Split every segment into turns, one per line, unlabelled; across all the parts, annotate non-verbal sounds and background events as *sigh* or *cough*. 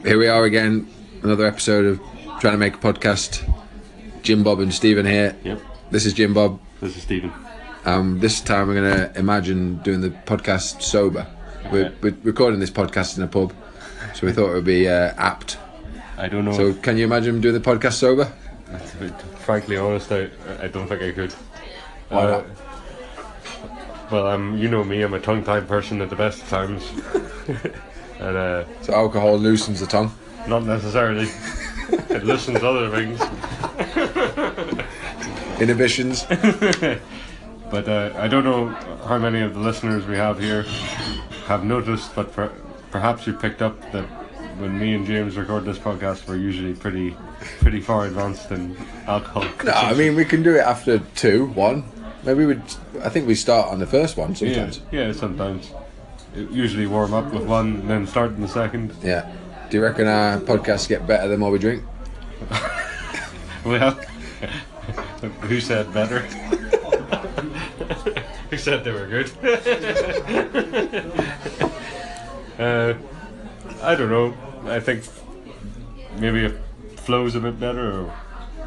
Here we are again, another episode of Trying to Make a Podcast. Jim Bob and Stephen here.
Yep.
This is Jim Bob.
This is Stephen.
Um, this time we're going to imagine doing the podcast sober. We're,
Okay.
we're recording this podcast in a pub, so we thought it would be uh, apt.
I don't know.
So, can you imagine doing the podcast sober?
if- to be frankly honest, I, I don't think I could.
Why
Uh, well, um, you know me. I'm a tongue-tied person at the best of times, and uh,
So, alcohol loosens the tongue.
not necessarily. it listens to other things,
Inhibitions.
but uh, I don't know how many of the listeners we have here have noticed, but per- perhaps you picked up that when me and James record this podcast, we're usually pretty, pretty far advanced in alcohol.
no, I mean, we can do it after two, one. Maybe we'd. I think we start on the first one
Yeah,
sometimes.
yeah, sometimes. It usually warm up with one, and then start in the second.
Yeah. Do you reckon our podcasts get better the more we drink?
Well, *laughs* who said better? *laughs* who said they were good? *laughs* uh, I don't know. I think maybe it flows a bit better. Or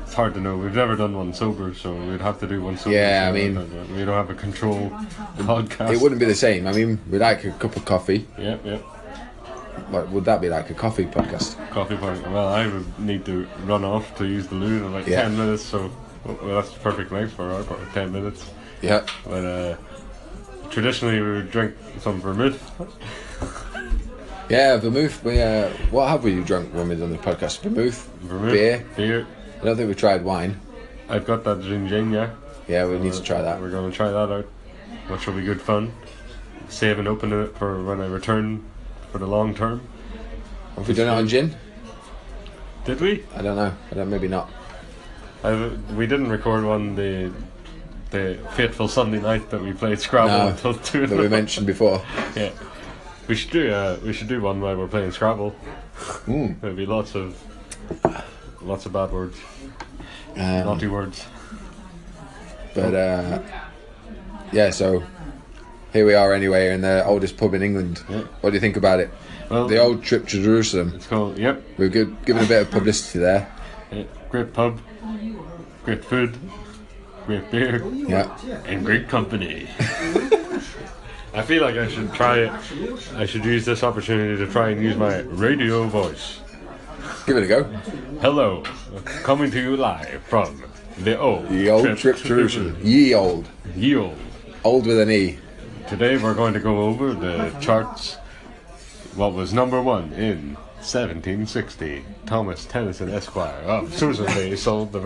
it's hard to know. We've never done one sober, so we'd have to do one sober.
Yeah, I
so
mean-
don't know. we don't have a control podcast.
It wouldn't be the same. I mean, we like a cup of coffee.
Yeah, yeah.
What would that be like a coffee podcast?
coffee party. Well, I would need to run off to use the loo in like
Yeah.
10 minutes, so well, that's the perfect length for our part, 10 minutes.
Yeah.
But uh, traditionally, we would drink some vermouth.
Yeah, vermouth. We, uh, what have we drunk when we've done the podcast? Vermouth,
vermouth
beer.
Beer.
I don't think we tried wine.
I've got that Zinjinja.
Yeah, we need to try that.
We're going to try that out, which will be good fun. Save and open it for when I return for the long term.
Have we done it on gin?
Did we?
I don't know. I don't. Maybe not.
I, we didn't record one the the fateful Sunday night that we played Scrabble
No,
until two.
That
in the
we
morning.
mentioned before.
Yeah. We should do uh, we should do one where we're playing Scrabble.
Hmm.
There'll be lots of lots of bad words,
Um,
naughty words.
but uh, yeah, so here we are anyway in the oldest pub in England.
Yeah.
What do you think about it?
Well,
The old trip to Jerusalem.
it's called yep.
We've gi- given a bit of publicity there.
yeah, Great pub, great food, great beer,
Yeah.
and great company. *laughs* I feel like I should try it. I should use this opportunity to try and use my radio voice.
Give it a go.
Hello, coming to you live from the old
The old trip to Jerusalem. Ye old.
Ye olde.
Old with an E.
Today we're going to go over the charts. What was number one in 1760? Thomas Tennyson Esquire of Susan May sold *laughs* the.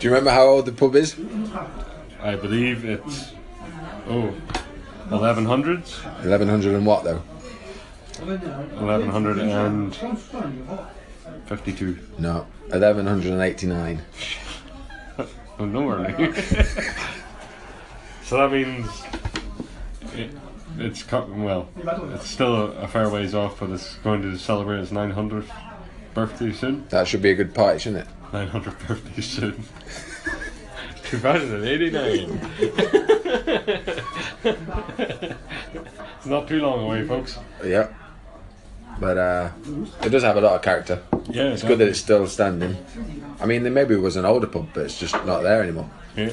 Do you remember how old the pub is?
I believe it's oh, 1100s,
1100 and what though?
1152.
No, 1189.
Oh, no early. *laughs* so that means it, it's co- well, it's still a, a fair ways off, but it's going to celebrate its 900th birthday soon.
That should be a good party, shouldn't it?
900 birthday soon. *laughs* 2089. *laughs* it's not too long away, folks.
Yeah. But uh, it does have a lot of character.
Yeah,
It's good that it's still standing. I mean, there maybe was an older pub, but it's just not there anymore.
Yeah,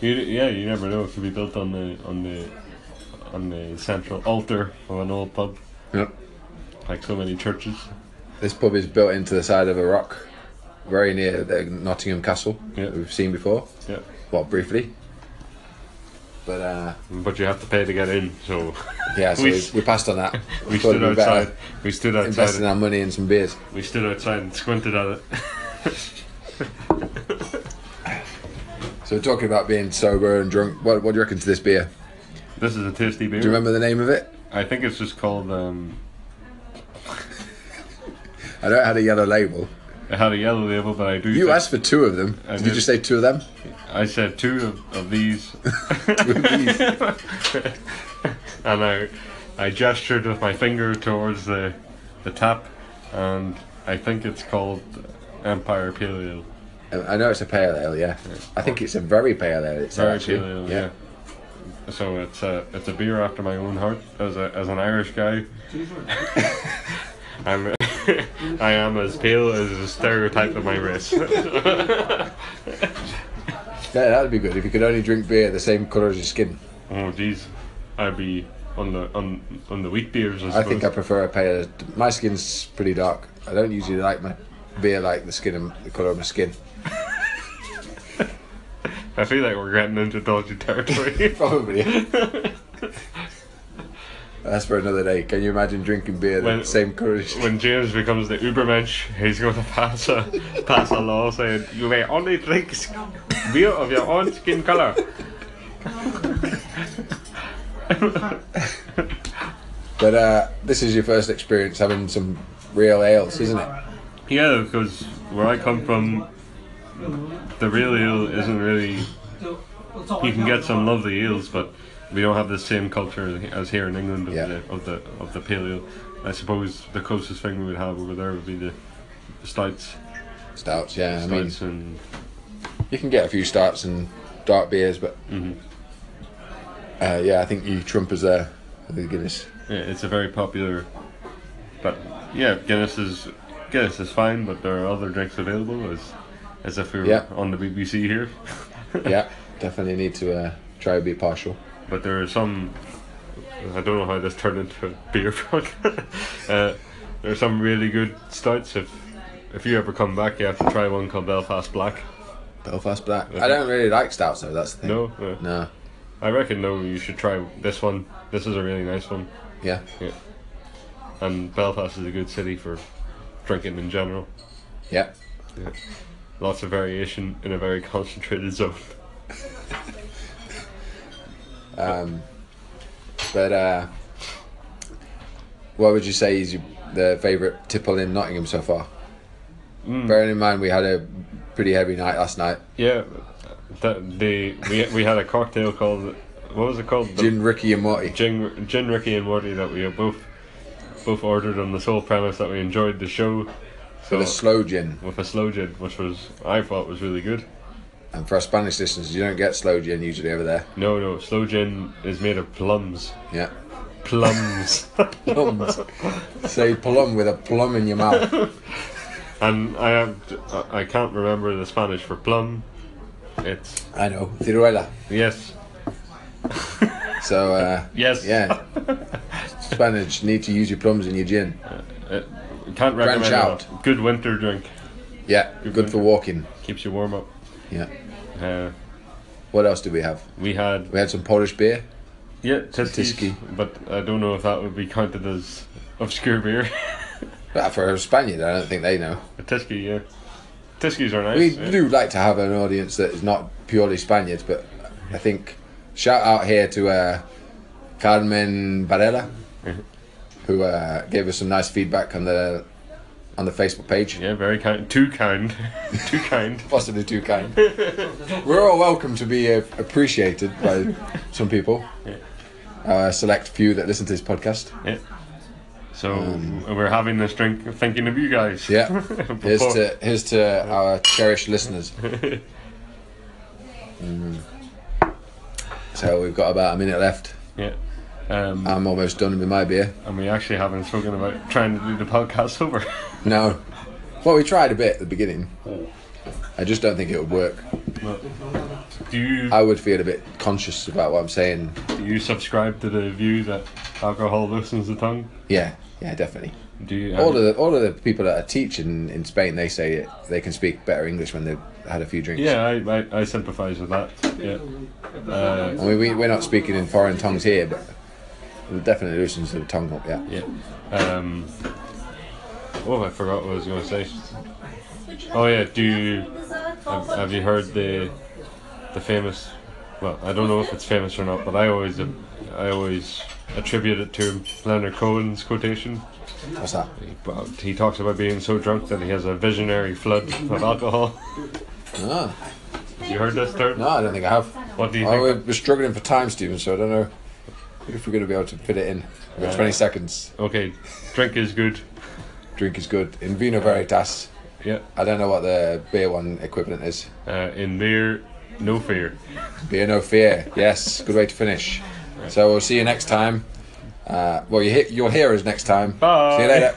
you, yeah, you never know. It could be built on the on the on the central altar of an old pub,
Yep.
like so many churches.
This pub is built into the side of a rock, very near the Nottingham Castle
Yeah.
that we've seen before,
Yeah,
well, briefly. But uh,
but you have to pay to get in.
*laughs*
So
yeah, so
We
we,
s-
we passed on that.
*laughs* we
thought
stood
it'd be better
outside. We stood
Investing
outside.
our money in some beers.
We stood outside and squinted at it. *laughs*
So we're talking about being sober and drunk. What, what do you reckon to this beer?
This is a tasty beer.
Do you remember the name of it?
I think it's just called. Um,
I know it had a yellow label.
it had a yellow label, but I do.
You
think-
asked for two of them.
I
did,
did.
you say two of
*laughs*
them?
I said two of,
*laughs*
of these,
Jeez.
and I, I gestured with my finger towards the, the tap, and I think it's called Empire Pale Ale.
Um, I know it's a pale ale, yeah. I think it's a very pale ale. It's
Very
actually.
pale ale, yeah. So it's a it's a beer after my own heart as a as an Irish guy. I'm, *laughs* I am as pale as a stereotype of
*laughs*
my race.
Yeah, that'd be good if you could only drink beer the same colour as your skin.
Oh jeez, I'd be on the on on the wheat beers. I,
I
suppose.
think I prefer a paler. My skin's pretty dark. I don't usually like my beer like the skin of the colour of my skin. *laughs*
I feel like we're getting into
*laughs*
dodgy territory.
Probably. That's for another day. Can you imagine drinking beer the
When-
same colour as your skin?
*laughs* when James becomes the Ubermensch, he's going to pass a pass a law saying you may only drink s- beer of your own skin color.
But uh, this is your first experience having some real ales, isn't it?
Yeah, because where I come from, the real ale isn't really. You can get some lovely ales, but we don't have the same culture as here in England of,
Yeah.
the, of the of the pale ale. I suppose the closest thing we would have over there would be the stouts,
Stouts, yeah. I mean,
stouts and
you can get a few stouts and dark beers, but uh, yeah, I think you trump us there. I think *laughs* Guinness.
Yeah, it's a very popular. But yeah, Guinness is Guinness is fine, but there are other drinks available. As as if we were
Yeah.
on the BBC here,
Yeah, definitely need to uh, try to be partial.
but there are some. I don't know how this turned into a beer podcast. *laughs* uh, there are some really good stouts. If if you ever come back, you have to try one called Belfast Black.
Belfast Black. I don't really like stouts though. That's the thing.
No, Uh,
No.
I reckon though you should try this one. This is a really nice one,
Yeah.
and Belfast is a good city for drinking in general.
Yeah.
Lots of variation in a very *laughs* concentrated zone.
But uh, what would you say is your, the favourite tipple in Nottingham so far? Bearing in mind we had a pretty heavy night last night.
Yeah, that the we we had a cocktail called what was it called? The
Gin, Ricky, and Morty.
gin, gin Ricky and Morty that we both both ordered on the sole premise that we enjoyed the show. So
The slow gin.
with a slow gin, which was I thought was really good.
And for our Spanish listeners, you don't get slow gin usually over there.
No, no, slow gin is made of plums.
Yeah. *laughs*
Plums.
Plums. Say plum with a plum in your mouth.
and I have I can't remember the Spanish for plum. It's
I know. Ciruela.
yes,
So, uh,
yes.
yeah. Spanish, need to use your plums in your gin.
Uh, can't recommend
out.
enough. Good winter drink.
Yeah, good for walking.
Keeps you warm up.
Yeah.
Uh,
What else did we have?
we had
We had some Polish beer.
Yeah, Tiskies,
Tisky.
but I don't know if that would be counted as obscure beer. *laughs*
But for a Spaniard, I don't think they know.
A Tisky, yeah. Tiskies are nice.
We
yeah.
do like to have an audience that is not purely Spaniards, but I think shout out here to uh, Carmen Barella, who uh, gave us some nice feedback on the on the Facebook page.
Yeah, very kind. Too kind. *laughs* Too kind.
Possibly too kind. *laughs* We're all welcome to be uh, appreciated by some people. Uh, select few that listen to this podcast.
Yeah. So we're having this drink thinking of you guys.
Um, Yeah. Here's
*laughs* Before-
to here's to our cherished listeners. Mm. So we've got about a minute left.
Yeah. Um,
I'm almost done with my beer.
and we actually haven't spoken about trying to do the podcast *laughs* over.
No. Well, we tried a bit at the beginning. I just don't think it would work.
do you
I would feel a bit conscious about what I'm saying.
do you subscribe to the view that alcohol loosens the tongue?
Yeah, yeah, definitely.
Do you? uh,
All of the all of the people that are teaching in Spain, they say it, they can speak better English when they've had a few drinks.
yeah, I, I, I sympathise with that. Yeah. Uh,
I mean, we, we're not speaking in foreign tongues here, but it definitely loosens the tongue up. Yeah.
Yeah. Um, oh, I forgot what I was going to say. Oh yeah, do you, have, have you heard the the famous? Well, I don't know if it's famous or not, but I always I always attribute it to Leonard Cohen's quotation.
What's that?
But He talks about being so drunk that he has a visionary flood of alcohol. *laughs*
Ah,
You heard this, Dirk?
no, I don't think I have.
What do you
Oh,
think?
we're, we're struggling for time, Stephen, so I don't know if we're going to be able to fit it in. We've got 20 seconds.
Okay, drink is good.
Drink is good. In Vino Veritas,
Yeah.
I don't know what the beer one equivalent is.
Uh, in beer, no fear.
Beer No Fear. Yes, good way to finish. So we'll see you next time. Uh, well, you he- you'll hear us next time.
Bye.
See you later.